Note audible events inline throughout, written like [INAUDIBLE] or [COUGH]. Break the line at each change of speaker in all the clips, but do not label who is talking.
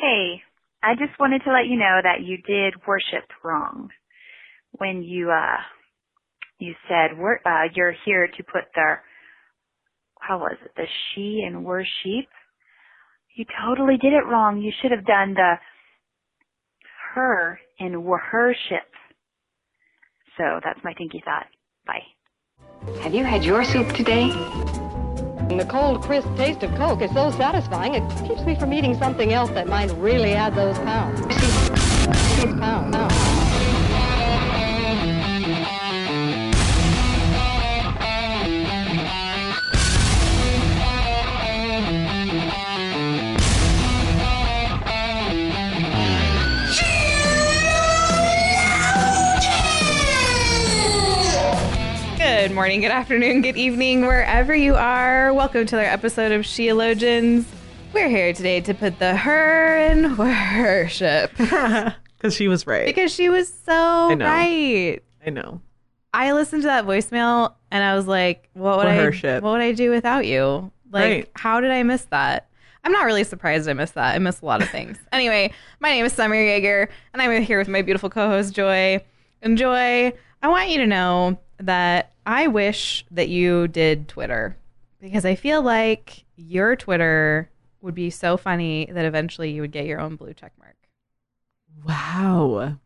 Hey, I just wanted to let you know that you did worship wrong when you uh you said we're, uh, you're here to put the how was it the she and were sheep. You totally did it wrong. You should have done the her and were her ship. So that's my tinky thought. Bye.
Have you had your soup today?
And the cold, crisp taste of Coke is so satisfying, it keeps me from eating something else that might really add those pounds. Pound, pound.
Good morning, good afternoon, good evening, wherever you are. Welcome to another episode of Sheologians. We're here today to put the her in worship [LAUGHS]
Because she was right.
because she was so
know.
right.
I know.
I listened to that voicemail and I was like, what would I
Worship.
what would I do without you? Like,
Right.
how did I miss that? I'm not really surprised I missed that. I missed a lot of things. [LAUGHS] anyway, my name is Summer Yeager and I'm here with my beautiful co-host Joy. And Joy, I want you to know that I wish that you did Twitter because I feel like your Twitter would be so funny that eventually you would get your own blue check mark.
Wow.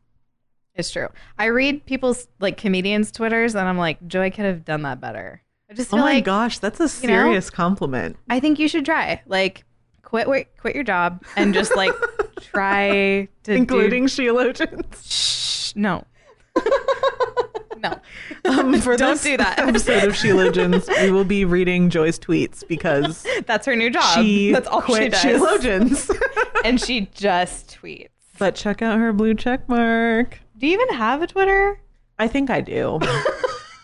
It's true. I read people's like comedians' Twitters, and I'm like, Joy could have done that better. I just
Oh
feel
my
like
gosh, that's a
you know?
serious compliment.
I think you should try. Like, quit wait, quit your job and just
[LAUGHS]
like try to
Including
do, [LAUGHS]
sheologians.
Shh,
[LAUGHS]
no, no.
Um, for
Don't
this
do that.
[LAUGHS] episode of Sheologians, we will be reading Joy's tweets
[LAUGHS]
because
That's her new job.
she
Um, [LAUGHS] That's all she
quit
does, [LAUGHS]
Sheologians.
and she just tweets.
but check out her blue check mark.
Do you even have a Twitter?
I think I do.
[LAUGHS]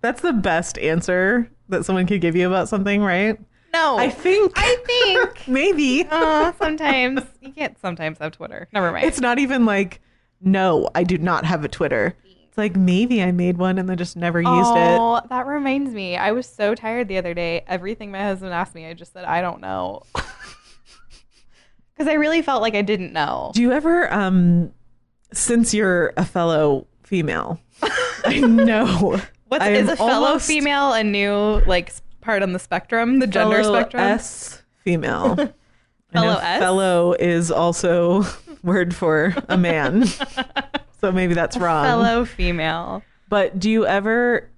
that's the best answer that someone could give you about something, right?
No,
I think.
I think.
[LAUGHS] Maybe.
Oh, [LAUGHS] sometimes you can't. Sometimes have Twitter. Never mind.
It's not even like, no, I do not have a Twitter. It's like maybe I made one and then just never used it.
Oh, that reminds me. I was so tired the other day. Everything my husband asked me, I just said, I don't
[LAUGHS]
know. Because I really felt like I didn't know.
Do you ever, um, since you're a fellow female, [LAUGHS] I know.
What's,
I
is
am
a fellow
almost
female a new like s- part on the spectrum, the gender
fellow
spectrum?
S
[LAUGHS]
female. I know
Fellow S?
Fellow is also [LAUGHS] word for a man. so maybe that's wrong.
Fellow female.
But do you ever?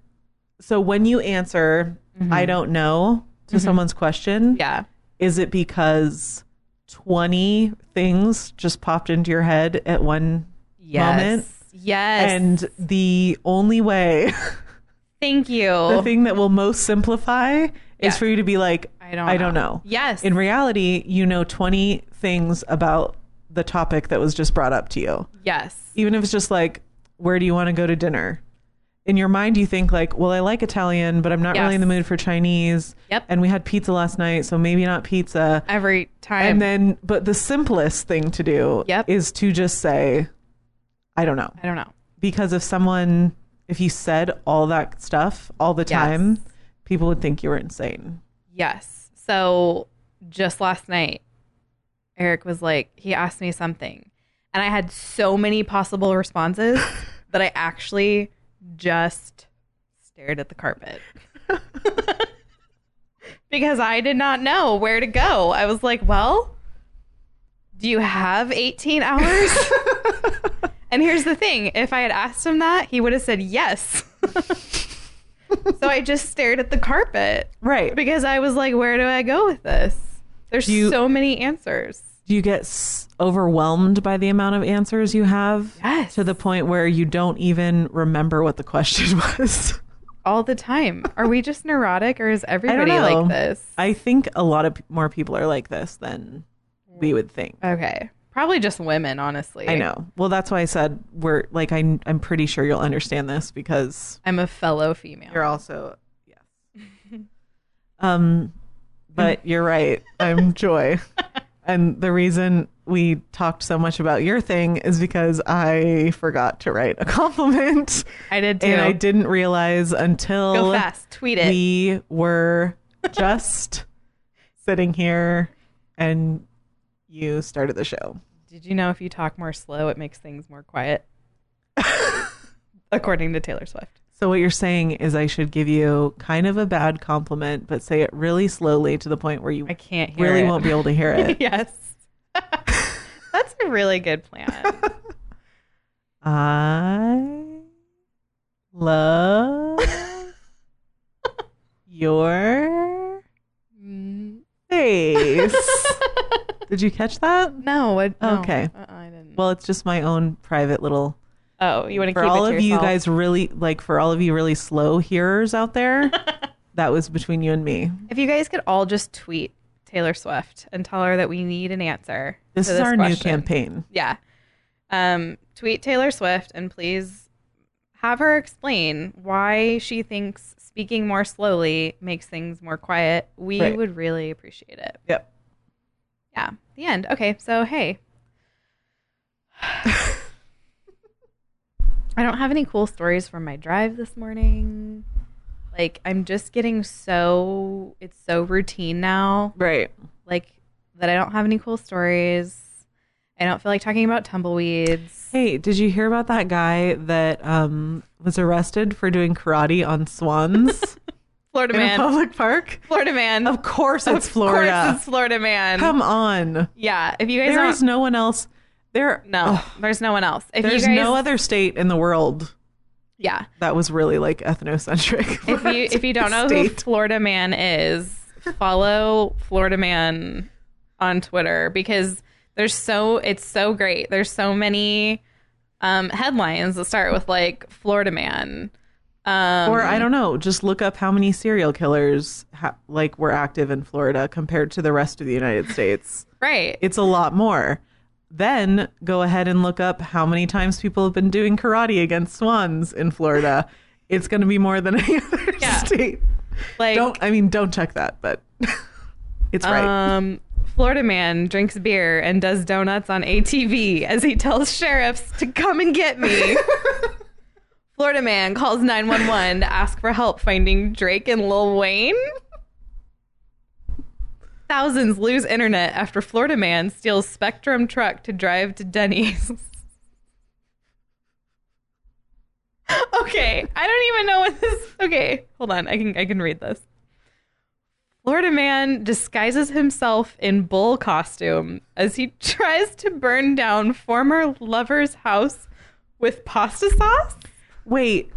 So when you answer,
Mm-hmm.
I don't know to someone's question,
Yeah.
is it because 20 things just popped into your head at one
Yes.
moment?
Yes.
And the only way, [LAUGHS]
thank you.
the thing that will most simplify
Oh. Yeah.
is for you to be like,
I don't
I don't
know.
know.
Yes.
In reality, you know 20 things about the topic that was just brought up to you.
yes.
Even if it's just like, where do you want to go to dinner? In your mind, you think like, well, I like Italian, but I'm not
Yes.
really in the mood for Chinese.
Yep.
And we had pizza last night, so maybe not pizza.
Every time.
And then, but the simplest thing to do
Yep.
is to just say, I don't know.
I don't know.
Because if someone, if you said all that stuff all the
Yes.
time, people would think you were insane.
Yes. So just last night, Eric was like, he asked me something, and I had so many possible responses that I actually just stared at the carpet. because I did not know where to go. I was like, well, do you have 18 hours? and here's the thing if I had asked him that, he would have said yes. so I just stared at the carpet
Right.
because I was like, where do I go with this? There's
You-
so many answers.
Do you get s- overwhelmed by the amount of answers you have
Yes.
to the point where you don't even remember what the question [LAUGHS] was?
All the time. Are we just neurotic
[LAUGHS]
or is everybody
know.
like this?
I think a lot of p- more people are like this than we would think.
Okay. Probably just women, honestly.
I know. Well, that's why I said we're like I I'm pretty sure you'll understand this because
I'm a fellow female.
You're also yes. [LAUGHS] um, but you're right. I'm
[LAUGHS]
Joy, and the reason we talked so much about your thing is because I forgot to write a [LAUGHS] compliment,
I did too.
and I didn't realize until
Go fast. Tweet it.
[LAUGHS] we were just sitting here, and you started the show.
Did you know if you talk more slow, it makes things more
[LAUGHS]
quiet? According to Taylor Swift.
So what you're saying is I should give you kind of a bad compliment, but say it really slowly to the point where you
I can't hear it.
really won't be able to
[LAUGHS]
hear it.
yes. That's a really good
[LAUGHS]
plan.
I
[LAUGHS]
love your
[LAUGHS]
face. Did you catch that?
No, I, no.
Okay.
Uh-uh, I didn't.
Well, it's just my own private little
oh, you want to
for
keep
all
it to
of you
yourself?
guys really like for all of you really slow hearers out
[LAUGHS]
there that was between you and me
If you guys could all just tweet Taylor Swift and tell her that we need an answer.
this
to
is our new
question.
campaign
Yeah. Um, tweet Taylor Swift and please have her explain why she thinks speaking more slowly makes things more quiet. We
Right.
would really appreciate it.
yep
Yeah. The end. Okay. So, hey. [SIGHS] I don't have any cool stories from my drive this morning. Like, I'm just getting so, it's so routine now
right
like that I don't have any cool stories. I don't feel like talking about tumbleweeds.
hey did you hear about that guy that um was arrested for doing karate
[LAUGHS]
on swans
Florida
in a
man.
public park
[LAUGHS] Florida man.
of course it's
Of
florida
course it's Florida man.
come on
yeah. If you guys
there
don't
is no one else there
no, there's no one else. If
there's
you guys,
no other state in the world
yeah.
that was really like ethnocentric
If you if you don't know who
State.
Florida man is, follow Florida man on Twitter because there's so it's so great. There's so many um, headlines that start with like Florida man. Um,
or I don't know, just look up how many serial killers ha- like were active in Florida compared to the rest of the United States.
right.
It's a lot more. Then go ahead and look up how many times people have been doing karate against swans in Florida. It's going to be more than any [LAUGHS] other
Yeah.
state.
like
Don't I mean don't check that, but [LAUGHS] it's right.
Um, Florida man drinks beer and does donuts on ATV as he tells sheriffs to come and get me. Florida man calls 911 to ask for help finding Drake and Lil Wayne. Thousands lose internet after Florida man steals Spectrum truck to drive to Denny's. [LAUGHS] okay, I don't even know what this. Okay, hold on. I can I can read this. Florida man disguises himself in bull costume as he [LAUGHS] tries to burn down former lover's house with pasta sauce.
Wait.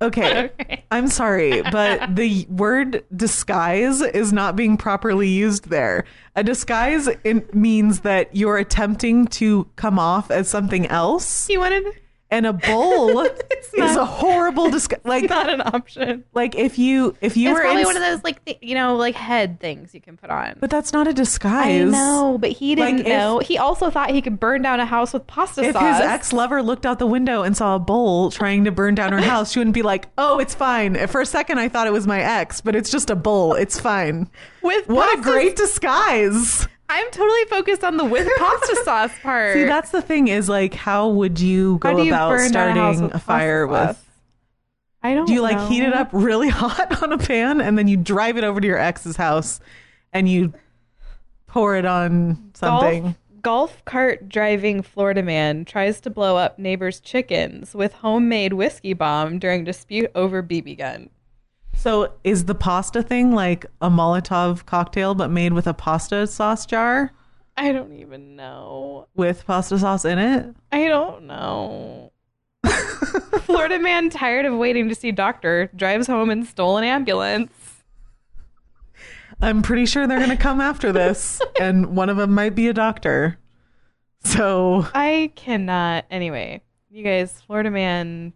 Okay.
Okay.
I'm sorry,
[LAUGHS]
but the word disguise is not being properly used there. A disguise in, means that you're attempting to come off as something else,
He wanted
and
[LAUGHS]
a bowl is
not-
a horrible disguise.
[LAUGHS]
Like,
not an option.
like if you if you
It's
were
probably
in,
one of those like th- you know like head things you can put on.
but that's not a
I
disguise.
know, but he didn't
Like, if-
know. He also thought he could burn down a house with pasta
If
sauce.
his ex lover looked out the window and saw a bowl trying to
[LAUGHS]
burn down her house, she wouldn't be like, "Oh, it's fine." For a second, I thought it was my ex, but it's just a bowl. It's fine.
with
What a
pasta-
great disguise!
I'm totally focused on the with pasta [LAUGHS]
[LAUGHS]
sauce part.
See, that's the thing is like, how would you go
How do you
about
burn down a house
starting
with
a fire
pasta
with?
sauce? I don't.
Do you like
know.
heat it up really [LAUGHS] hot on a pan and then you drive it over to your ex's house and you pour it on something?
Golf, golf cart driving Florida man tries to blow up neighbor's chickens with homemade whiskey bomb during dispute over BB gun.
So is the pasta thing like a Molotov cocktail but made with a pasta sauce jar
I don't even know.
with pasta sauce in it?
I don't know. Florida man tired of waiting to see doctor drives home in stolen ambulance.
I'm pretty sure they're going to come
[LAUGHS]
after this and one of them might be a doctor. So
I cannot. Anyway, you guys, Florida man,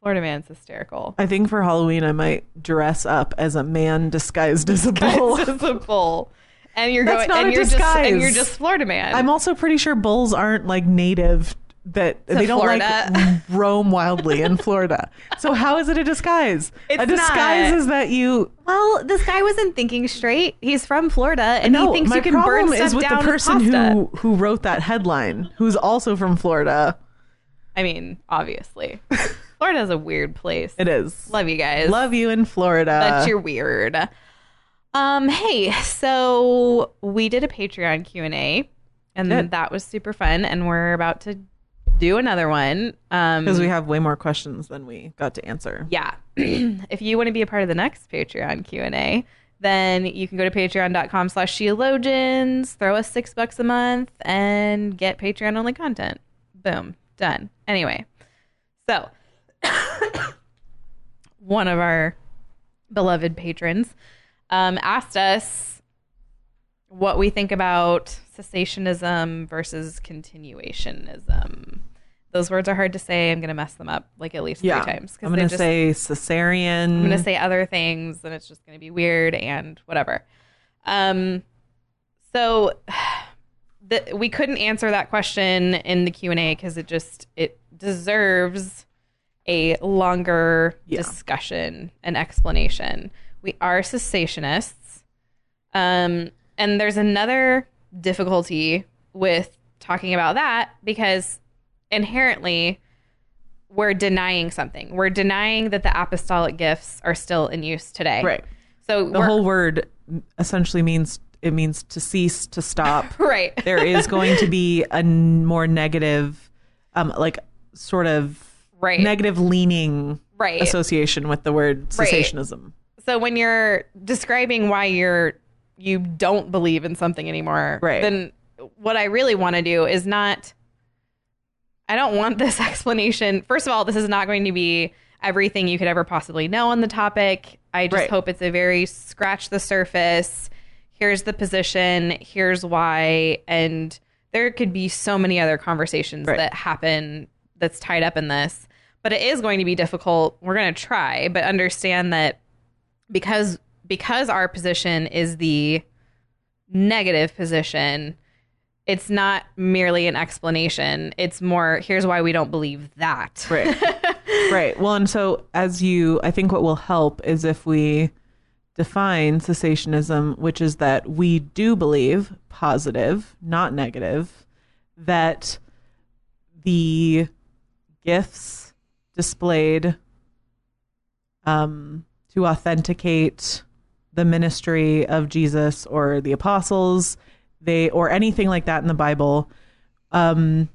Florida man's hysterical.
I think for Halloween I might dress up as a man disguised as a
[LAUGHS]
bull.
It's just a bull, and you're going,
That's not
and
a
you're just, and
disguise.
you're just Florida man.
[LAUGHS] I'm also pretty sure bulls aren't like native that they don't
Florida.
like roam wildly in Florida. So how is it a disguise?
[LAUGHS] It's
a disguise
not.
is that you
Well, this guy wasn't thinking straight. He's from Florida, and
no,
he thinks
my
you can burn
problem
stuff
is with
down
the person
with pasta.
who who wrote that headline, who's also from Florida.
I mean,
[LAUGHS]
obviously, Florida's a weird place.
It is.
Love you guys.
Love uh, you in Florida.
that you're weird. Um, hey, so we did a Patreon Q and A, and
Good.
that was super fun. And we're about to do another one. Um,
because we have way more questions than we got to answer.
yeah [CLEARS THROAT] if you want to be a part of the next patreon q&a then you can go to patreon.com slash theologians throw us six bucks a month and get patreon only content boom done anyway so [COUGHS] one of our beloved patrons um, asked us what we think about cessationism versus continuationism those words are hard to say i'm going to mess them up like at least
Yeah.
three times
I'm
they
gonna
just-
say cesarean.
I'm gonna say other things, and it's just gonna be weird and whatever. Um, so [SIGHS] the, we couldn't answer that question in the Q and A because it just it deserves a longer
Yeah.
discussion and explanation. We are cessationists, um, and there's another difficulty with talking about that because inherently we're denying something. We're denying that the apostolic gifts are still in use today.
right.
So
The
we're,
whole word essentially means it means to cease, to
[LAUGHS] [LAUGHS]
stop.
right.
there is going to be a n- more negative, um, like sort of
Right.
negative leaning
Right.
association with the word
Right.
cessationism.
so when you're describing why you're you don't believe in something anymore,
Right.
then what I really want to do is not I don't want this [LAUGHS] explanation. First of all, this is not going to be everything you could ever possibly know on the topic. I just
Right.
hope it's a very scratch the surface. Here's the position, here's why and there could be so many other conversations
Right.
that happen that's tied up in this. But it is going to be difficult. We're going to try, but understand that because because our position is the negative position it's not merely an explanation it's more here's why we don't believe that
Right. right. Well, and so as you, I think what will help is if we define cessationism, which is that we do believe positive, not negative, that the gifts displayed um, to authenticate the ministry of Jesus or the apostles, they or anything like that in the Bible, um,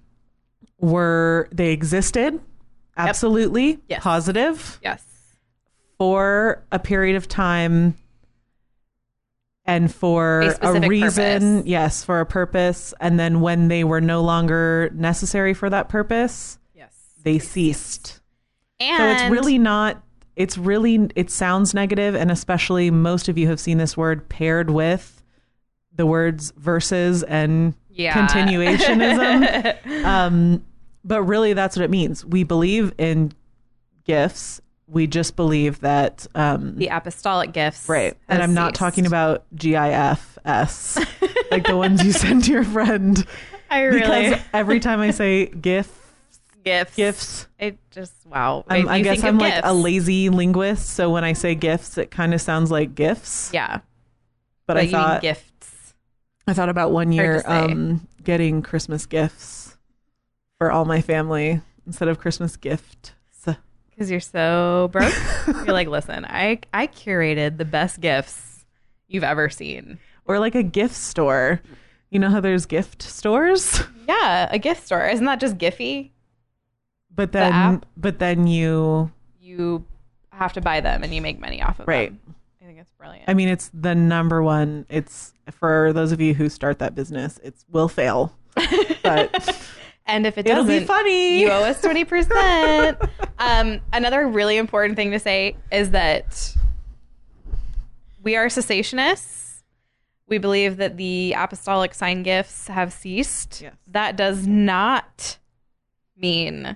were they existed absolutely
Yes.
positive
yes
for a period of time and for
A
a,
specific
reason
purpose.
yes for a purpose and then when they were no longer necessary for that purpose
yes
they ceased
and
so it's really not it's really it sounds negative and especially most of you have seen this word paired with the words verses and
Yeah. [LAUGHS]
continuationism um but really that's what it means we believe in gifts we just believe that um
the apostolic gifts
right
has
and i'm not
ceased.
talking about gifs like the ones you send to your friend
i [LAUGHS]
[LAUGHS]
really
because every time i say gif
gifts
gifts
it just wow
I'm,
You
I guess
think of
I'm like a
gifts.
lazy linguist, so when I say gifts, it kind of sounds like gifts.
yeah
but,
but
I
you mean
thought
gifts
I thought about one year
to say.
um, getting Christmas gifts for all my family instead of Christmas gift. So,
because you're so broke
[LAUGHS]
you're like listen i i curated the best gifts you've ever seen
or like a gift store. You know how there's gift stores,
yeah a gift store isn't that just giphy
but then
app?
but then you
you have to buy them and you make money off of
right.
them. I think it's brilliant.
I mean, it's the number one. It's for those of you who start that business. It's will fail, but
and if it
it'll
doesn't,
be funny.
you owe
[LAUGHS]
us twenty percent. um, another really important thing to say is that we are cessationists. We believe that the apostolic sign gifts have ceased.
Yes.
That does not mean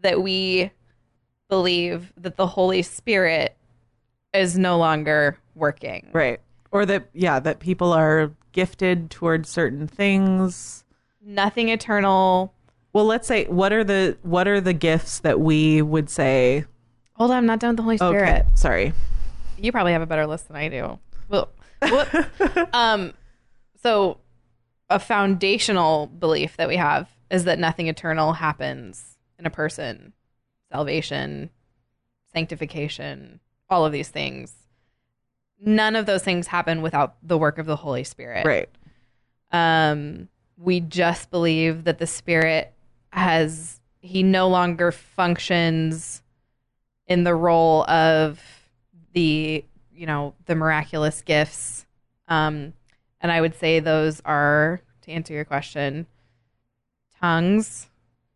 that we believe that the Holy Spirit is no longer working.
right or that yeah that people are gifted towards certain things
Nothing eternal
well let's say what are the what are the gifts that we would say
Hold on, I'm not done with the Holy
okay
Spirit.
sorry
You probably have a better list than I do. Well, what- um, so a foundational belief that we have is that nothing eternal happens in a person. Salvation, sanctification, all of these things. None of those things happen without the work of the Holy Spirit.
right
Um, we just believe that the spirit has he no longer functions in the role of the you know the miraculous gifts um and i would say those are to answer your question tongues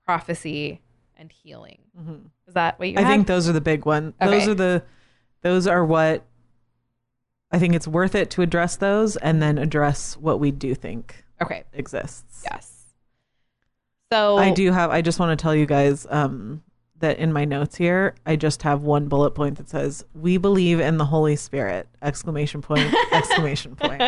prophecy and healing
Mhm.
is that what you
I
had?
think those are the big ones. Those
Okay.
are the those are what I think it's worth it to address those and then address what we do think
okay
exists.
yes so
I do have I just want to tell you guys um that in my notes here, I just have one bullet point that says, "We believe in the Holy Spirit!" Exclamation point!
[LAUGHS]
Exclamation point!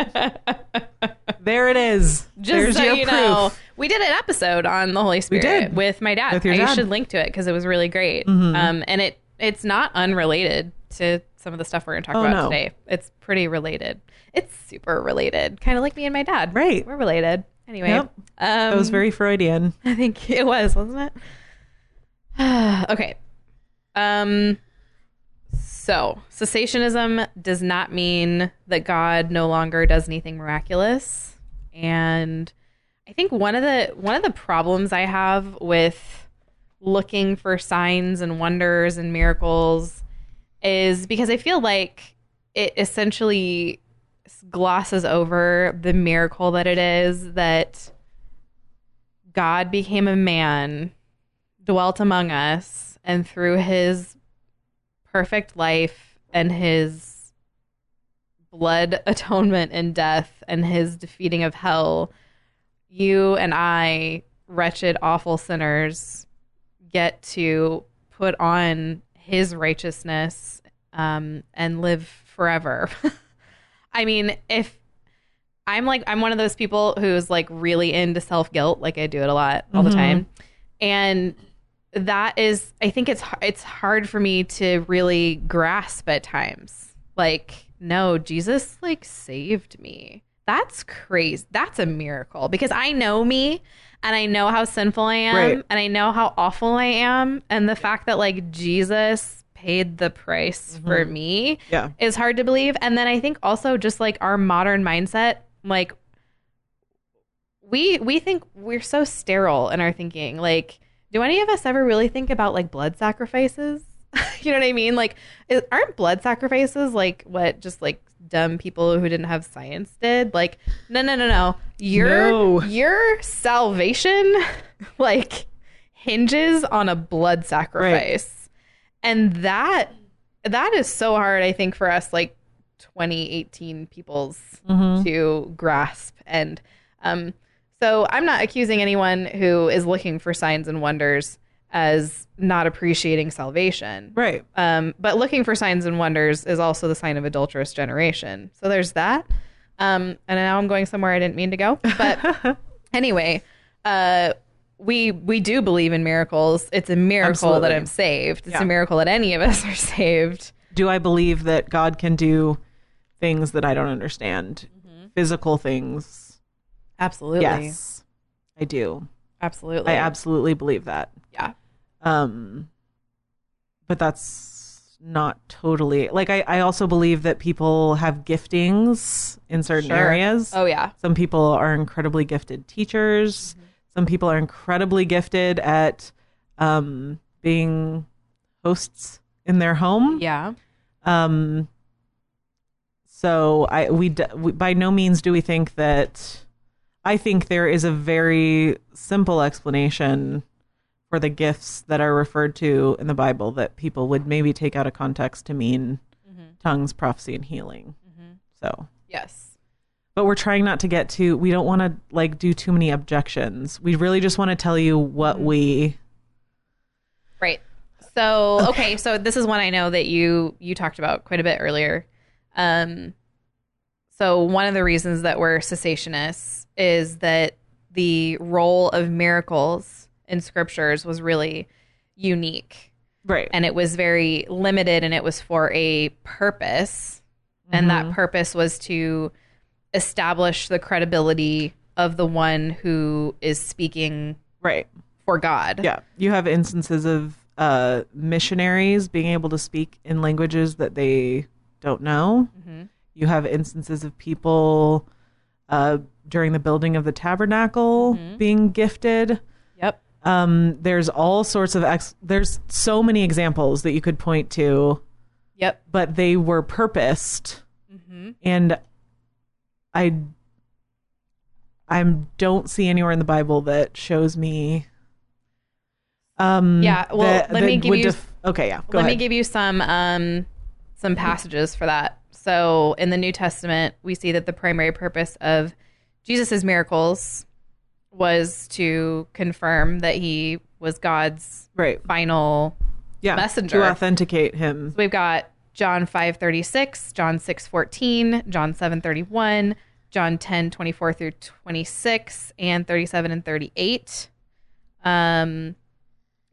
There it is.
Just
There's
so
your
you
proof.
know, we did an episode on the Holy Spirit
did.
with my dad.
With your
I
dad. Mm-hmm.
should link to it because it was really great. Um, and it it's not unrelated to some of the stuff we're going to talk
Oh,
about
no.
today. It's pretty related. It's super related, kind of like me and my dad.
Right.
we're related. Anyway,
Yep.
um,
That was very Freudian.
[LAUGHS] I think it was, wasn't it? [SIGHS] okay. Um so, cessationism does not mean that God no longer does anything miraculous. And I think one of the one of the problems I have with looking for signs and wonders and miracles is because I feel like it essentially glosses over the miracle that it is that God became a man, dwelt among us, and through his perfect life and his blood [LAUGHS] atonement and death and his defeating of hell, you and I, wretched, awful sinners, get to put on his righteousness um, and live forever. [LAUGHS] I mean, if I'm like I'm one of those people who's like really into self guilt, like I do it a lot all the
Mhm.
time, and that is I think it's h- it's hard for me to really grasp at times. Like, no, Jesus like saved me. That's crazy. That's a miracle because I know me and I know how sinful I am
Right.
and I know how awful I am and the fact that like Jesus paid the price for me
Yeah.
is hard to believe. And then I think also just like our modern mindset, like we we think we're so sterile in our thinking. Like, do any of us ever really think about like blood sacrifices? [LAUGHS] you know what I mean? Like, is, aren't blood sacrifices like what just like dumb people who didn't have science did? Like, no, no, no, no. Your
No.
your salvation, [LAUGHS] like, hinges on a blood sacrifice, and that that is so hard i think for us like 2018 peoples
Mhm.
to grasp and um so i'm not accusing anyone who is looking for signs and wonders as not appreciating salvation
Right.
um, but looking for signs and wonders is also the sign of adulterous generation. So there's that. Um, and now I'm going somewhere I didn't mean to go. [LAUGHS] But anyway, uh, we we do believe in miracles. It's a miracle that
Absolutely.
I'm saved. It's
Yeah.
a miracle that any of us are saved.
do I believe that God can do things that I don't understand?
Mm-hmm.
Physical things.
Absolutely.
Yes. I do.
Absolutely.
I absolutely believe that.
yeah.
Um but that's not totally like I, I also believe that people have giftings in certain
Sure.
areas.
Oh yeah.
Some people are incredibly gifted teachers.
Mm-hmm.
Some people are incredibly gifted at um, being hosts in their home.
Yeah.
Um, so I we, d- we by no means do we think that. I think there is a very simple explanation for the gifts that are referred to in the Bible that people would maybe take out of context to mean tongues, prophecy, and healing. So,
Yes.
but we're trying not to get to. We don't want to like do too many objections. We really just want to tell you what we.
Right. So okay. so this is one I know that you you talked about quite a bit earlier. Um, so one of the reasons that we're cessationists is that the role of miracles in scriptures was really unique
Right.
and it was very limited and it was for a purpose and that purpose was to establish the credibility of the one who is speaking
right.
for God.
Yeah, you have instances of uh, missionaries being able to speak in languages that
Mm-hmm.
they don't know. You have instances of people uh, during the building of the tabernacle being gifted.
Yep.
Um, there's all sorts of ex- there's so many examples that you could point to,
Yep.
but they were purposed,
Mm-hmm.
and I I don't see anywhere in the Bible that shows me. Um,
Yeah, well,
that-
let
that
me give
would
you-
okay, yeah. Go
Let
ahead.
me give you some um, some passages for that. So in the New Testament, we see that the primary purpose of Jesus' miracles was to confirm that he was God's
right.
final.
Yeah.
messenger.
to authenticate him.
Um, We've got John five thirty six, John six fourteen, John seven thirty one, John ten twenty four through twenty six, and thirty seven and thirty eight. Um,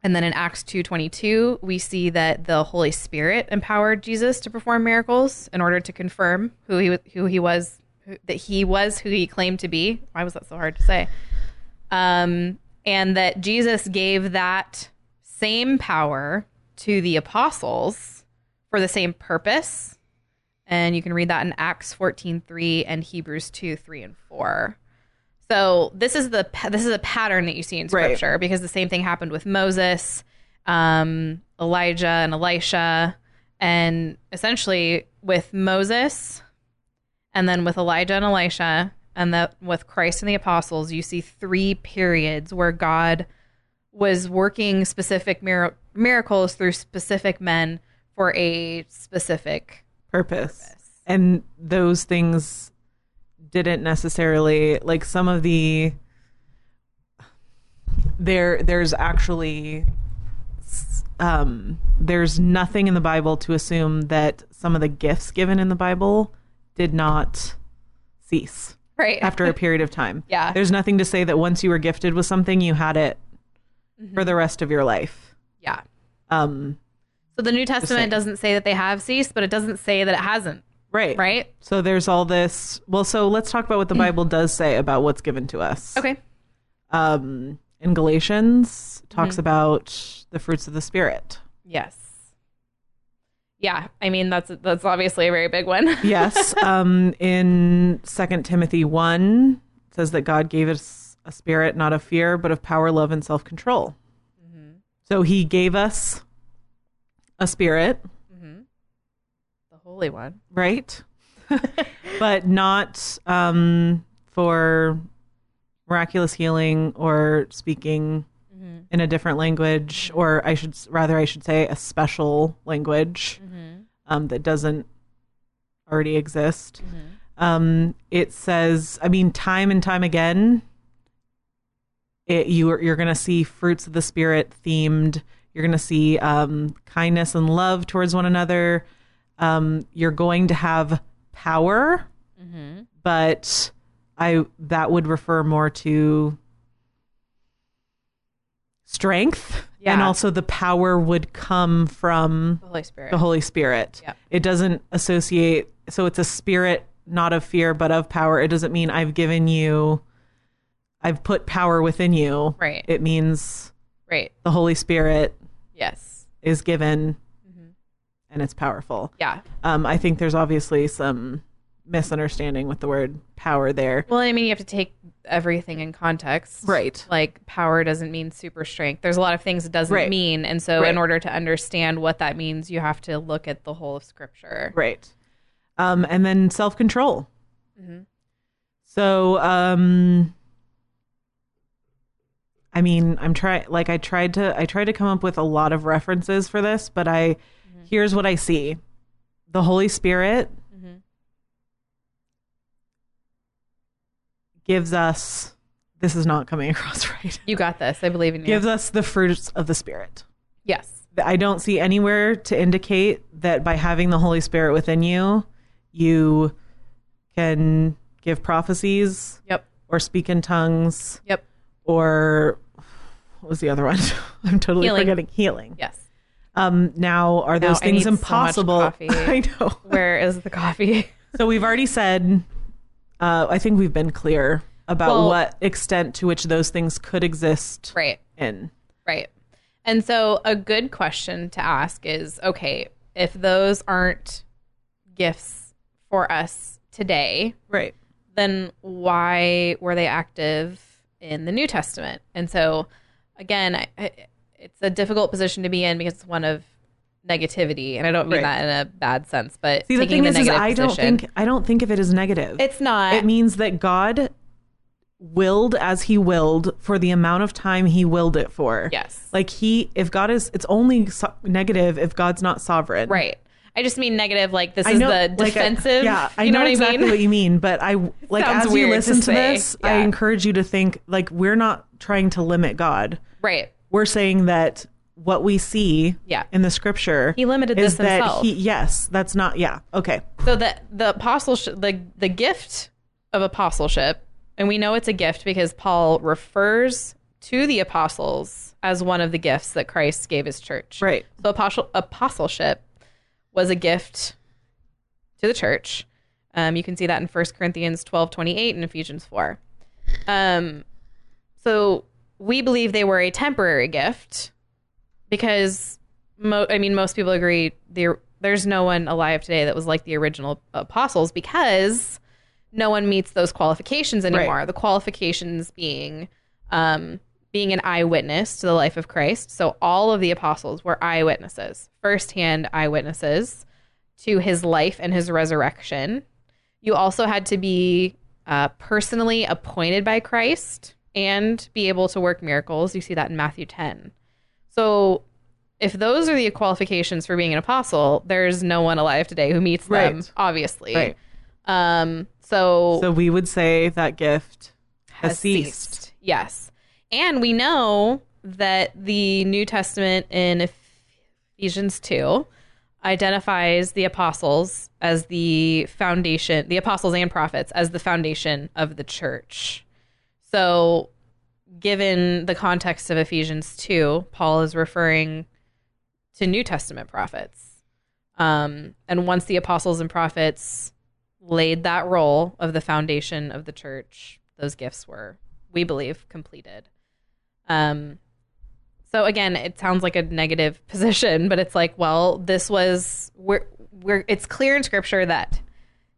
and then in Acts 2:22, we see that the Holy Spirit empowered Jesus to perform miracles in order to confirm who he was, who he was who, that he was who he claimed to be. Why was that so hard to say? Um, and that Jesus gave that same power to the apostles for the same purpose. And you can read that in Acts 14:3 and Hebrews 2, 3 and 4. So this is the pa- this is a pattern that you see in
Right.
scripture because the same thing happened with Moses, um, Elijah and Elisha and essentially with Moses and then with Elijah and Elisha and the, with Christ and the apostles you see three periods where God was working specific mir- miracles through specific men for a specific
purpose. And those things didn't necessarily like some of the there there's actually s- um there's nothing in the Bible to assume that some of the gifts given in the Bible did not cease
right
after a period of time.
Yeah.
There's nothing to say that once you were gifted with something you had it for the rest of your life.
yeah
Um
so the new testament doesn't say that they have ceased but it doesn't say that it hasn't
right.
right
So there's all this. Well, so let's talk about what
[CLEARS THROAT]
the Bible does say about what's given to us.
okay
Um, in Galatians, talks
Mm-hmm.
about the fruits of the Spirit.
yes yeah i mean that's that's obviously a very big one
Yes. um, in Second Timothy one it says that God gave us a spirit not of fear, but of power, love, and self control.
Mm-hmm.
So He gave us a spirit,
[LAUGHS] the holy one
right? [LAUGHS] but not um, for miraculous healing or speaking in a different language, or I should rather I should say a special language um, that doesn't already exist. Um, it says, I mean, time and time again, it, you're you're gonna see fruits of the spirit themed. You're gonna see um, kindness and love towards one another. Um, you're going to have power, but I that would refer more to strength, and
Yeah.
also the power would come from
the holy spirit
the Holy Spirit.
Yep.
It doesn't associate, so it's a spirit not of fear, but of power. It doesn't mean I've given you, I've put power within you.
Right.
It means
right
the Holy Spirit
yes
is given
Mm-hmm.
and it's powerful.
yeah
Um, I think there's obviously some misunderstanding with the word power there.
Well, I mean, you have to take everything in context.
Right.
Like power doesn't mean super strength. There's a lot of things it doesn't
Right.
mean. And so,
Right.
in order to understand what that means, you have to look at the whole of scripture.
Right. Um, and then self control. So, um, I mean, I'm trying, like, I tried to, I tried to come up with a lot of references for this, but I, here's what I see the Holy Spirit gives us, this is not coming [LAUGHS] across right,
You got this. I believe in you.
gives us the fruits of the Spirit.
yes.
I don't see anywhere to indicate that by having the Holy Spirit within you, you can give prophecies
Yep.
or speak in tongues
Yep.
or what was the other one? [LAUGHS] I'm totally
Healing.
forgetting healing.
Yes.
Um, now, are those
I need
things
so much
impossible?
coffee.
[LAUGHS] I know.
Where is the coffee?
So we've already said. Uh, I think we've been clear about
Well-
what extent to which those things could exist
[LAUGHS] right.
in.
Right. And so a good question to ask is okay, if those aren't gifts for us today,
Right.
then why were they active in the New Testament? And so, again, I, I, it's a difficult position to be in because it's one of negativity, and I don't mean
Right.
that in a bad sense, but
See, the
taking
thing is, is
negative
I don't
position-
think I don't think of it as negative.
it's not.
it means that God willed as he willed for the amount of time he willed it for.
Yes.
Like he if God is it's only so- negative if God's not sovereign.
right. I just mean negative, like this
I
is
know,
the
like, I-
defensive.
yeah, I
you know,
know,
what
exactly
I mean.
what you mean, but I like
Sounds
as you
weird to
listen to,
say,
this,
yeah.
I encourage you to think like we're not trying to limit God.
Right.
We're saying that what we see
Yeah.
in the scripture
He limited
is
this
that
himself.
he yes, that's not yeah. Okay.
So the the apostleship, the the gift of apostleship, and we know it's a gift because Paul refers to the apostles as one of the gifts that Christ gave his church.
Right.
So apostle, apostleship was a gift to the church. Um, you can see that in 1 Corinthians 12, 28 and Ephesians 4. Um, so we believe they were a temporary gift because, mo- I mean, most people agree there, there's no one alive today that was like the original apostles because no one meets those qualifications anymore. The qualifications being um, being an eyewitness to the life of Christ. So all of the apostles were eyewitnesses, firsthand eyewitnesses to his life and his resurrection. You also had to be uh, personally appointed by Christ and be able to work miracles. You see that in Matthew 10. So if those are the qualifications for being an apostle, there's no one alive today who meets them,
Right.
obviously.
Right.
Um, so,
So we would say that gift
has
has ceased.
Yes. And we know that the New Testament in Ephesians 2 identifies the apostles as the foundation, the apostles and prophets as the foundation of the church. So, given the context of Ephesians 2, Paul is referring to New Testament prophets. Um, and once the apostles and prophets laid that role of the foundation of the church, those gifts were, we believe, completed. Um, so again, it sounds like a negative [LAUGHS] position, but it's like, well, this was we're we're it's clear in scripture that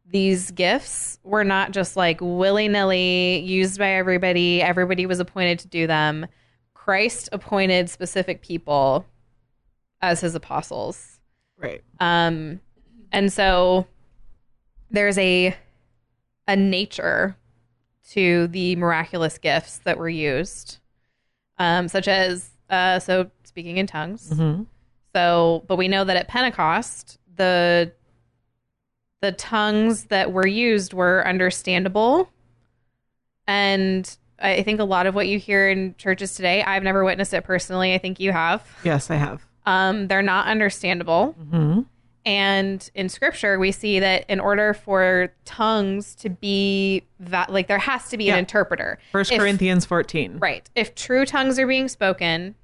these gifts were not just like willy nilly used by everybody. Everybody was appointed to do them. Christ appointed specific people as his apostles.
Right.
Um, and so there's a a nature to the miraculous gifts that were used, um, such as uh, so speaking in tongues.
Mhm.
So, but we know that at Pentecost, the the tongues that were used were understandable, and I think a lot of what you hear in churches today, I've never witnessed it personally. I think you have.
Yes, I have.
Um, they're not understandable.
hmm
And in scripture, we see that in order for tongues to be va- like there has to be an
Yeah.
interpreter.
First
If-
Corinthians 14.
Right. If true tongues are being spoken,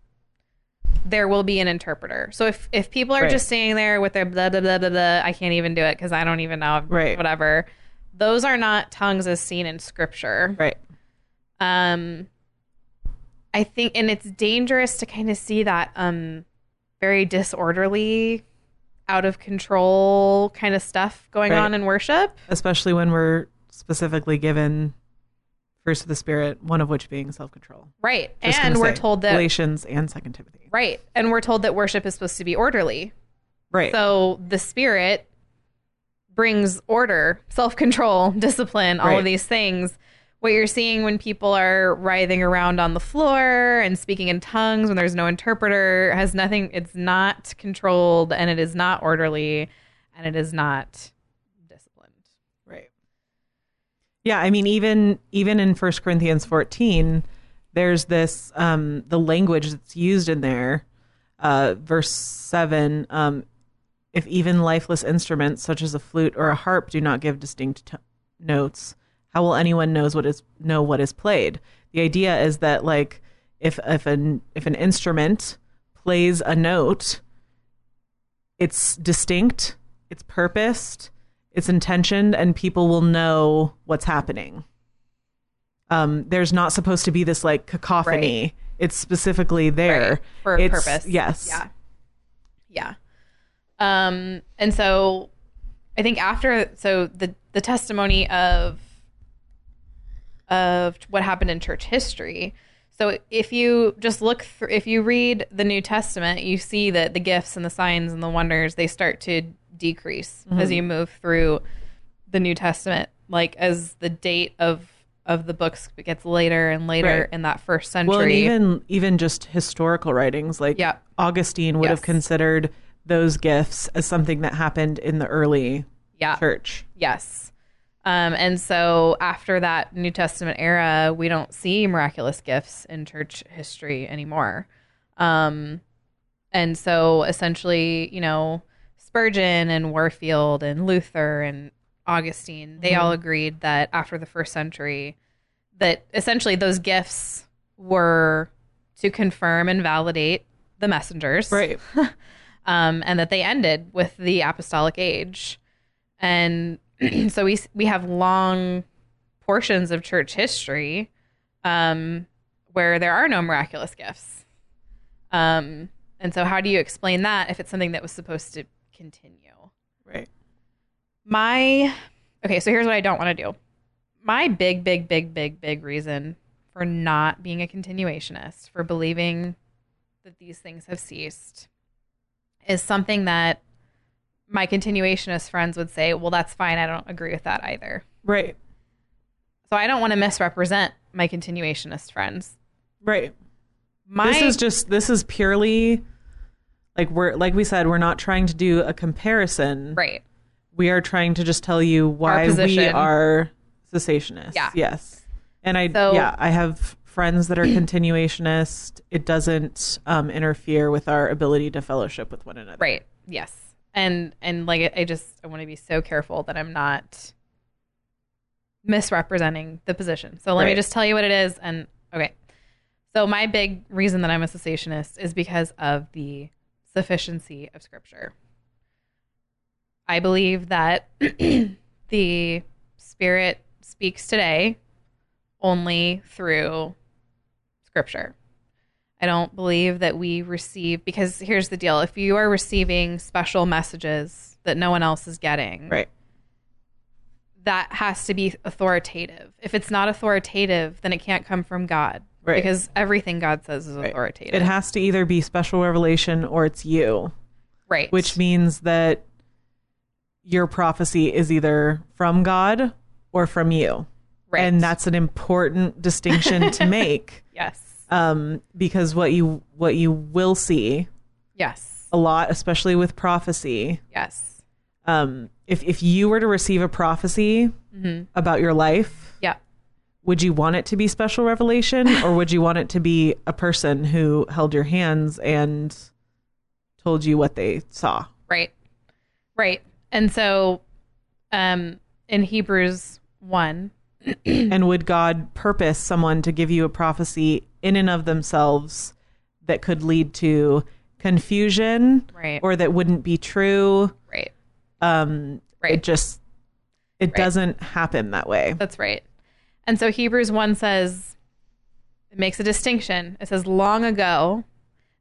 there will be an interpreter. So if if people are
Right.
just sitting there with their blah blah blah blah blah, I can't even do it because I don't even know.
Right.
Whatever. Those are not tongues as seen in scripture.
Right.
Um, I think, and it's dangerous to kind of see that um, very disorderly, out of control kind of stuff going
Right.
on in worship.
Especially when we're specifically given first of the spirit, one of which being self-control.
Right,
Just
and
gonna
we're
say,
told that
Galatians and Second Timothy.
right, and we're told that worship is supposed to be orderly.
Right.
So the spirit brings order, self control, [LAUGHS] discipline, all of
Right.
these things. What you're seeing when people are writhing around on the floor and speaking in tongues when there's no interpreter has nothing, it's not controlled and it is not orderly and it is not disciplined.
Right. Yeah, I mean even even in 1 Corinthians 14, there's this um the language that's used in there. Uh verse 7 um if even lifeless instruments such as a flute or a harp do not give distinct t- notes, how will anyone knows what is know what is played? The idea is that like if if an if an instrument plays a note, it's distinct, it's purposed, it's intentioned, and people will know what's happening. Um, there's not supposed to be this like cacophony. It's specifically there
Right. For a
It's-
purpose.
Yes.
Yeah. Yeah. Um, and so I think after so the the testimony of of what happened in church history. So if you just look through, if you read the New Testament, you see that the gifts and the signs and the wonders they start to decrease
Mm-hmm.
as you move through the New Testament. Like as the date of of the books gets later and later
Right.
in that first century.
Well, and even even just historical writings, like
Yeah.
Augustine would have
Yes.
considered those gifts as something that happened in the early
yeah,
church.
Yes. Um, and so after that New Testament era, we don't see miraculous gifts in church history anymore. Um, and so essentially, you know, Spurgeon and Warfield and Luther and Augustine, they all agreed that after the first century, that essentially those gifts were to confirm and validate the messengers
Right.
[LAUGHS] um, and that they ended with the apostolic age. And [CLEARS THROAT] so we we have long portions of church history um, where there are no miraculous gifts. Um, and so, how do you explain that if it's something that was supposed to continue?
Right.
My okay, so here's what I don't want to do. My big, big, big, big, big reason for not being a continuationist, for believing that these things have ceased, is something that my continuationist friends would say, well, that's fine. I don't agree with that either.
Right.
So I don't want to misrepresent my continuationist friends.
Right.
My,
this is just this is purely like we're like we said, we're not trying to do a comparison.
right.
We are trying to just tell you why we
position.
are cessationists.
Yeah.
Yes. And I
So-
yeah, I have
[CLEARS THROAT]
friends that are continuationist. It doesn't um, interfere with our ability to fellowship with one another.
Right. Yes. And and like I just I want to be so careful that I'm not misrepresenting the position. So let me
Right.
just tell you what it is and okay. So my big reason that I'm a cessationist is because of the sufficiency of scripture. I believe that [CLEARS THROAT] the spirit speaks today only through scripture. I don't believe that we receive because here's the deal: if you are receiving special messages that no one else is getting,
Right.
that has to be authoritative. If it's not authoritative, then it can't come from God,
Right.
Because everything God says is
Right.
authoritative,
It has to either be special revelation or it's you,
right?
which means that your prophecy is either from God or from you.
right.
And that's an important
[LAUGHS]
distinction to make
yes,
um, because what you what you will see
yes,
a lot, especially with prophecy,
yes,
um, if if you were to receive a prophecy
Mm-hmm.
about your life,
yeah,
would you want it to be special revelation
[LAUGHS]
or would you want it to be a person who held your hands and told you what they
[CLEARS THROAT]
saw?
right, right. And so, um, in Hebrews one,
And would God purpose someone to give you a prophecy in and of themselves that could lead to confusion
Right.
or that wouldn't be true?
right,
Um,
Right.
It just it doesn't happen that way.
That's right. And so Hebrews 1 says, it makes a distinction. It says, long ago,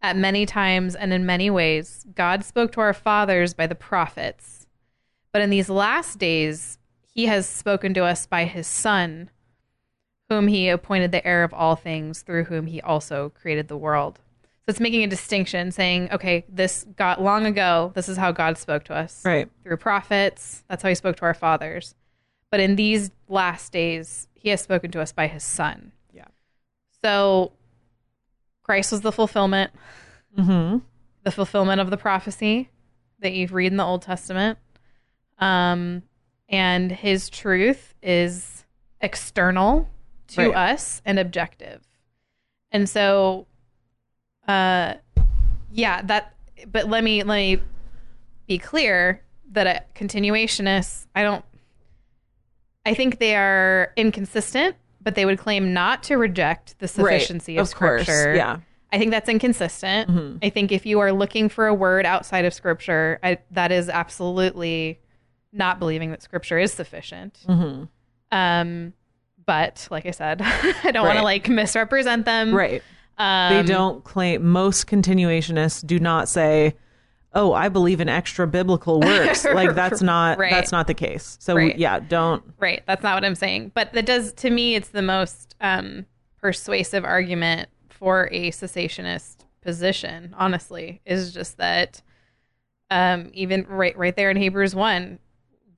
at many times and in many ways, God spoke to our fathers by the prophets. But in these last days, he has spoken to us by his Son, whom he appointed the heir of all things, through whom he also created the world. So it's making a distinction, saying, okay, this got long ago, this is how God spoke to us
Right.
through prophets. That's how he spoke to our fathers. But in these last days, he has spoken to us by his son.
Yeah.
So Christ was the fulfillment,
Mhm.
the fulfillment of the prophecy that you read in the Old Testament. Um, and his truth is external to
Right.
us and objective. And so uh yeah, that but let me let me be clear that a continuationist, I don't I think they are inconsistent, but they would claim not to reject the sufficiency of, scripture.
Yeah. Mm-hmm.
I think that's inconsistent. I think if you are looking for a word outside of scripture, I, that is absolutely not believing that scripture is sufficient.
hmm
Um, but like I said, [LAUGHS] I don't want to
Right.
like misrepresent them.
Right.
Mm-hmm. Um,
they don't claim most continuationists do not say oh, I believe in
[LAUGHS]
extra biblical works. like that's not
Right.
that's not the case. So
Right.
yeah, don't
Right. That's not what I'm saying. But that does, to me, it's the most um, persuasive argument for a cessationist position, honestly, is just that um, even right, right there in Hebrews 1,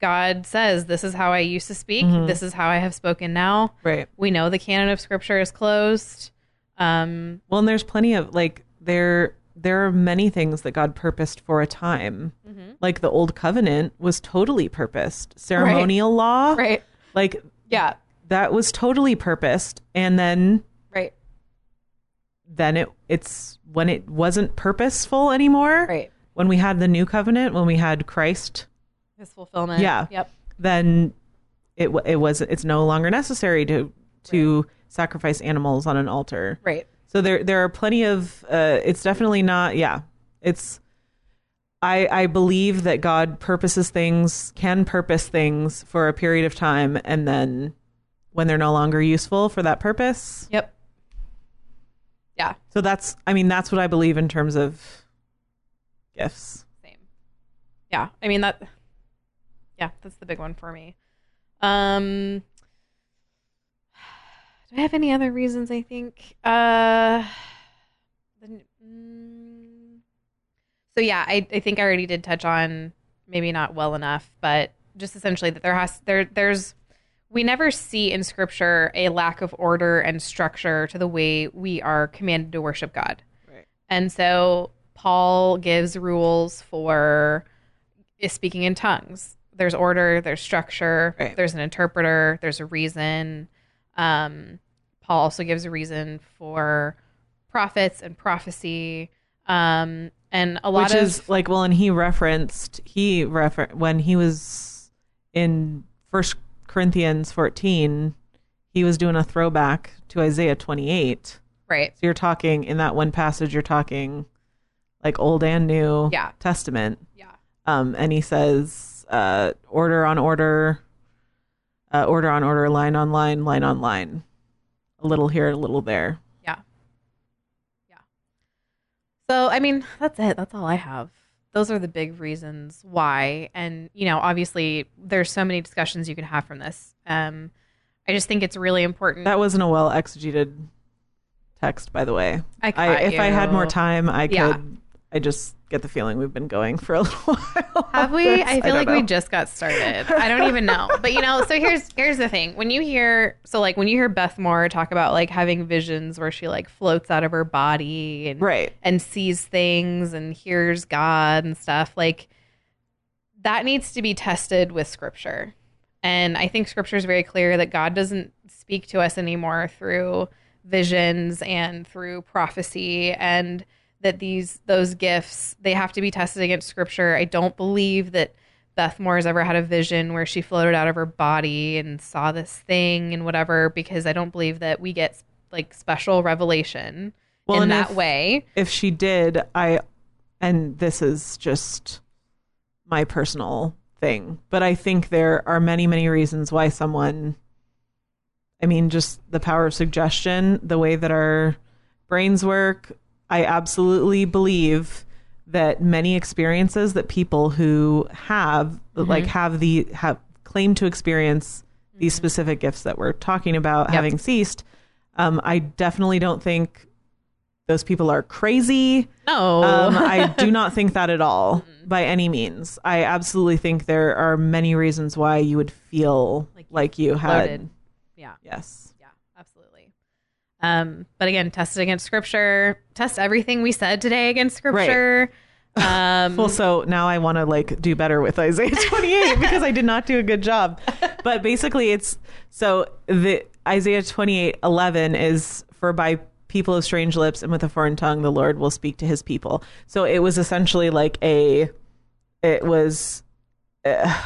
God says, This is how I used to speak. This is how I have spoken now.
Mm-hmm. right.
We know the canon of scripture is closed. Um,
Well, and there's plenty of like there there are many things that God purposed for a time.
Mm-hmm.
Like the old covenant was totally purposed. Ceremonial law,
right.
like
Yeah.
that was totally purposed and then
Right.
then it it's when it wasn't purposeful anymore.
Right.
When we had the new covenant, when we had Christ,
His fulfillment.
Yeah.
Yep.
then it wa- it was it's no longer necessary to to sacrifice animals on an altar.
Right.
So there there are plenty of uh, it's definitely not yeah. It's I I believe that God purposes things, can purpose things for a period of time and then when they're no longer useful for that purpose.
Yep. Yeah.
So that's I mean that's what I believe in terms of gifts.
same. Yeah, I mean that. Yeah, that's the big one for me. Um, do I have any other reasons? I think. Uh, the, mm, so yeah, I I think I already did touch on maybe not well enough, but just essentially that there has there there's we never see in scripture a lack of order and structure to the way we are commanded to worship God. And so Paul gives rules for is speaking in tongues. There's order, there's structure,
Right.
there's an interpreter, there's a reason. Um, Paul also gives a reason for prophets and prophecy. Um, and a lot
Which
of
is like well and he referenced he refer when he was in first Corinthians 14 he was doing a throwback to Isaiah 28.
right.
So you're talking in that one passage, you're talking like Old and New
Yeah.
Testament.
Yeah.
Um, and he says, uh, order on order, uh, order on order, line on line, line on line. A little here, a little there.
Yeah. Yeah. So, I mean, that's it. That's all I have. Those are the big reasons why. And, you know, obviously there's so many discussions you can have from this. Um, I just think it's really important.
That wasn't a well exegeted text, by the way.
I caught
if I had
you.
more time, I
Yeah.
could. I just get the feeling we've been going for a [LAUGHS] little while.
Have
[LAUGHS]
we? I feel
don't
like we
know.
just got started. I don't even know. But you know, so here's here's the thing. When you hear so like when you hear Beth Moore talk about like having visions where she like floats out of her body and
Right.
and sees things and hears God and stuff, like that needs to be tested with scripture. And I think scripture is very clear that God doesn't speak to us anymore through visions and through prophecy and that these those gifts they have to be tested against scripture. I don't believe that Beth Moore's ever had a vision where she floated out of her body and saw this thing and whatever because I don't believe that we get like special revelation
Well,
in
and
that
if-
way.
if she did, I, and this is just my personal thing, but I think there are many, many reasons why someone, I mean, just the power of suggestion, the way that our brains work. I absolutely believe that many experiences that people who have, like, have the, have claim to experience these specific gifts that we're talking about having ceased. Um, I definitely don't think those people are crazy.
No. [LAUGHS]
Um, I [LAUGHS] do not think that at all by any means. I absolutely think there are many reasons why you would feel like, you had.
Loaded. Yeah.
Yes.
Yeah, absolutely. Um, but again, test it against scripture. Test everything we said today against
[LAUGHS]
scripture. Um,
Well, so now I want to like do better with Isaiah 28 because I did not do a good job. But basically, it's so the Isaiah 28 11 is for by people of strange lips and with a foreign tongue, the Lord will speak to his people. So it was essentially like a, it was, uh,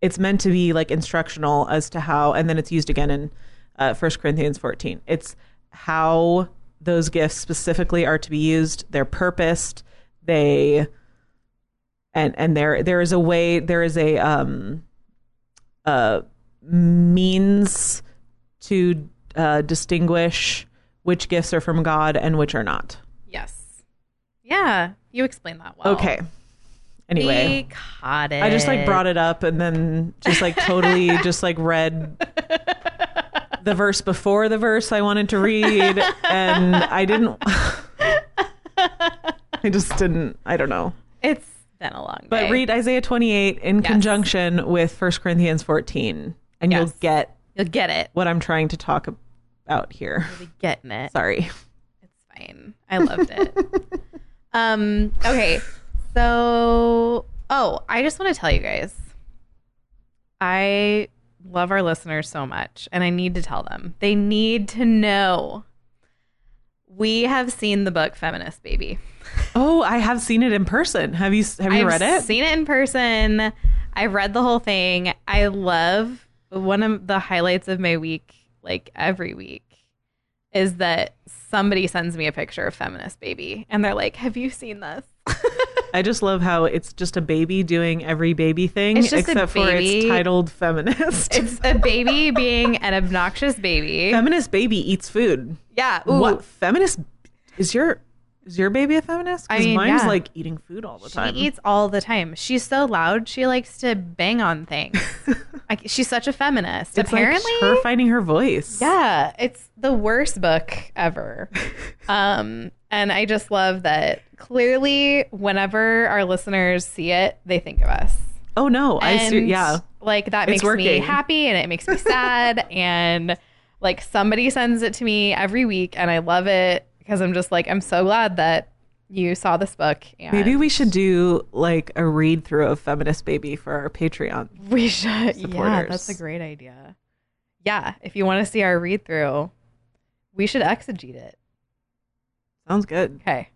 it's meant to be like instructional as to how, and then it's used again in uh, 1 Corinthians 14. It's how those gifts specifically are to be used. They're purposed. They and and there there is a way there is a um uh means to uh, distinguish which gifts are from God and which are not.
yes. Yeah, you explained that well.
Okay. Anyway,
He caught it.
I just like brought it up and then just like totally just like read the verse before the verse I wanted to read and I didn't [LAUGHS] I just didn't I don't know.
It's been a long day.
But read Isaiah 28 in
Yes.
conjunction with 1 Corinthians 14 and
Yes.
you'll get
You'll get it.
what I'm trying to talk about here. [LAUGHS]
You'll be getting it.
Sorry.
It's fine. I loved it. um. Okay. So, oh, I just want to tell you guys, I love our listeners so much, and I need to tell them. They need to know. We have seen the book Feminist Baby.
Oh, I have seen it in person. Have you have you
I've
read it?
Seen it in person. I read the whole thing. I love one of the highlights of my week, like every week, is that somebody sends me a picture of feminist baby, and they're like, "Have you seen this?" [LAUGHS]
I just love how it's just a baby doing every baby thing,
It's just a
except for it's
baby.
titled feminist.
It's a baby being an obnoxious baby.
[LAUGHS] feminist baby eats food.
Yeah. Ooh,
What feminist is your is your baby a feminist?
I
Because
mean,
mine's
yeah.
like eating food all the
She
time.
eats all the time. She's so loud. She likes to bang on
[LAUGHS]
things. like she's such a feminist.
it's
apparently,
like her finding her voice.
Yeah, it's the worst book
[LAUGHS]
ever. um, and I just love that clearly whenever our listeners see it, they think of us.
Oh no, I
And,
see. Yeah.
Like that
It's
makes me
working.
happy and it makes
[LAUGHS]
me sad and like somebody sends it to me every week and I love it because I'm just like I'm so glad that you saw this book and
Maybe we should do like a read through of feminist baby for our Patreon.
we should yeah, that's
supporters.
a great idea. Yeah, if you want to see our read through, we should exegete it.
Sounds good.
Okay.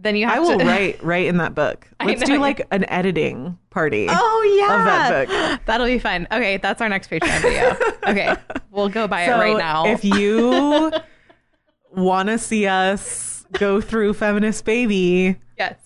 Then you have
I will
to
write write in that book.
I
Let's
know,
do
yeah.
like an editing party.
[LAUGHS] Oh yeah.
of that book.
That'll be fun. Okay, that's our next Patreon video.
[LAUGHS]
okay. We'll go buy it right now. [LAUGHS]
If you want to see us go through Feminist Baby
yes.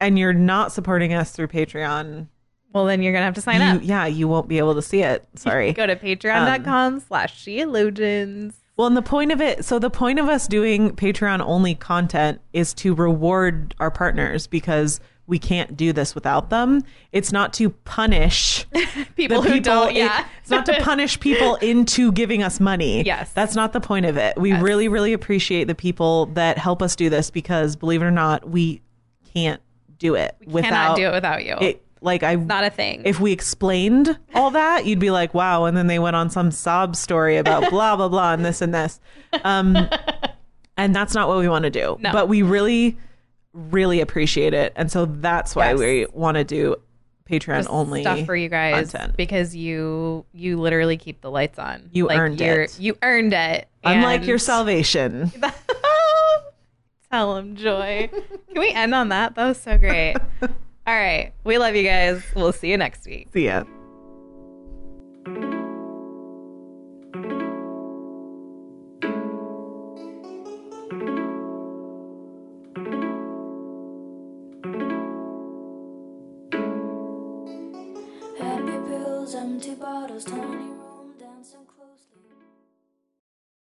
and you're not supporting us through Patreon,
Well then you're gonna have to sign
you- [LAUGHS]
up.
yeah, you won't be able to see it.
[LAUGHS]
Sorry.
Go to
Um,
patreon.com slash sheologians.
well, and the point of it, so the point of us doing Patreon only content is to reward our partners because we can't do this without them. It's not
[LAUGHS]
to punish
People who don't
it-
yeah.
it's not to punish
[LAUGHS]
people into giving us money.
Yes.
That's not the point of it. We really, really appreciate the people that help us do this because believe it or not, we can't do it without
cannot do it without you.
it- like I
not a thing.
if we explained all that, you'd be like, wow. And then they went on some sob
[LAUGHS]
story about blah, blah, blah, and this and this. Um, and that's not what we want to do.
No.
But we really, really appreciate it. And so that's why
Yes.
we want to do Patreon
There's
only
stuff for you guys
content.
because you you literally keep the lights on.
You earned
you're-
it.
You earned it.
Unlike
and-
your salvation.
[LAUGHS] Tell him joy. Can we end on that? That was so great. All right. We love you guys. We'll see you next week.
See ya.
Happy pills, empty bottles, tiny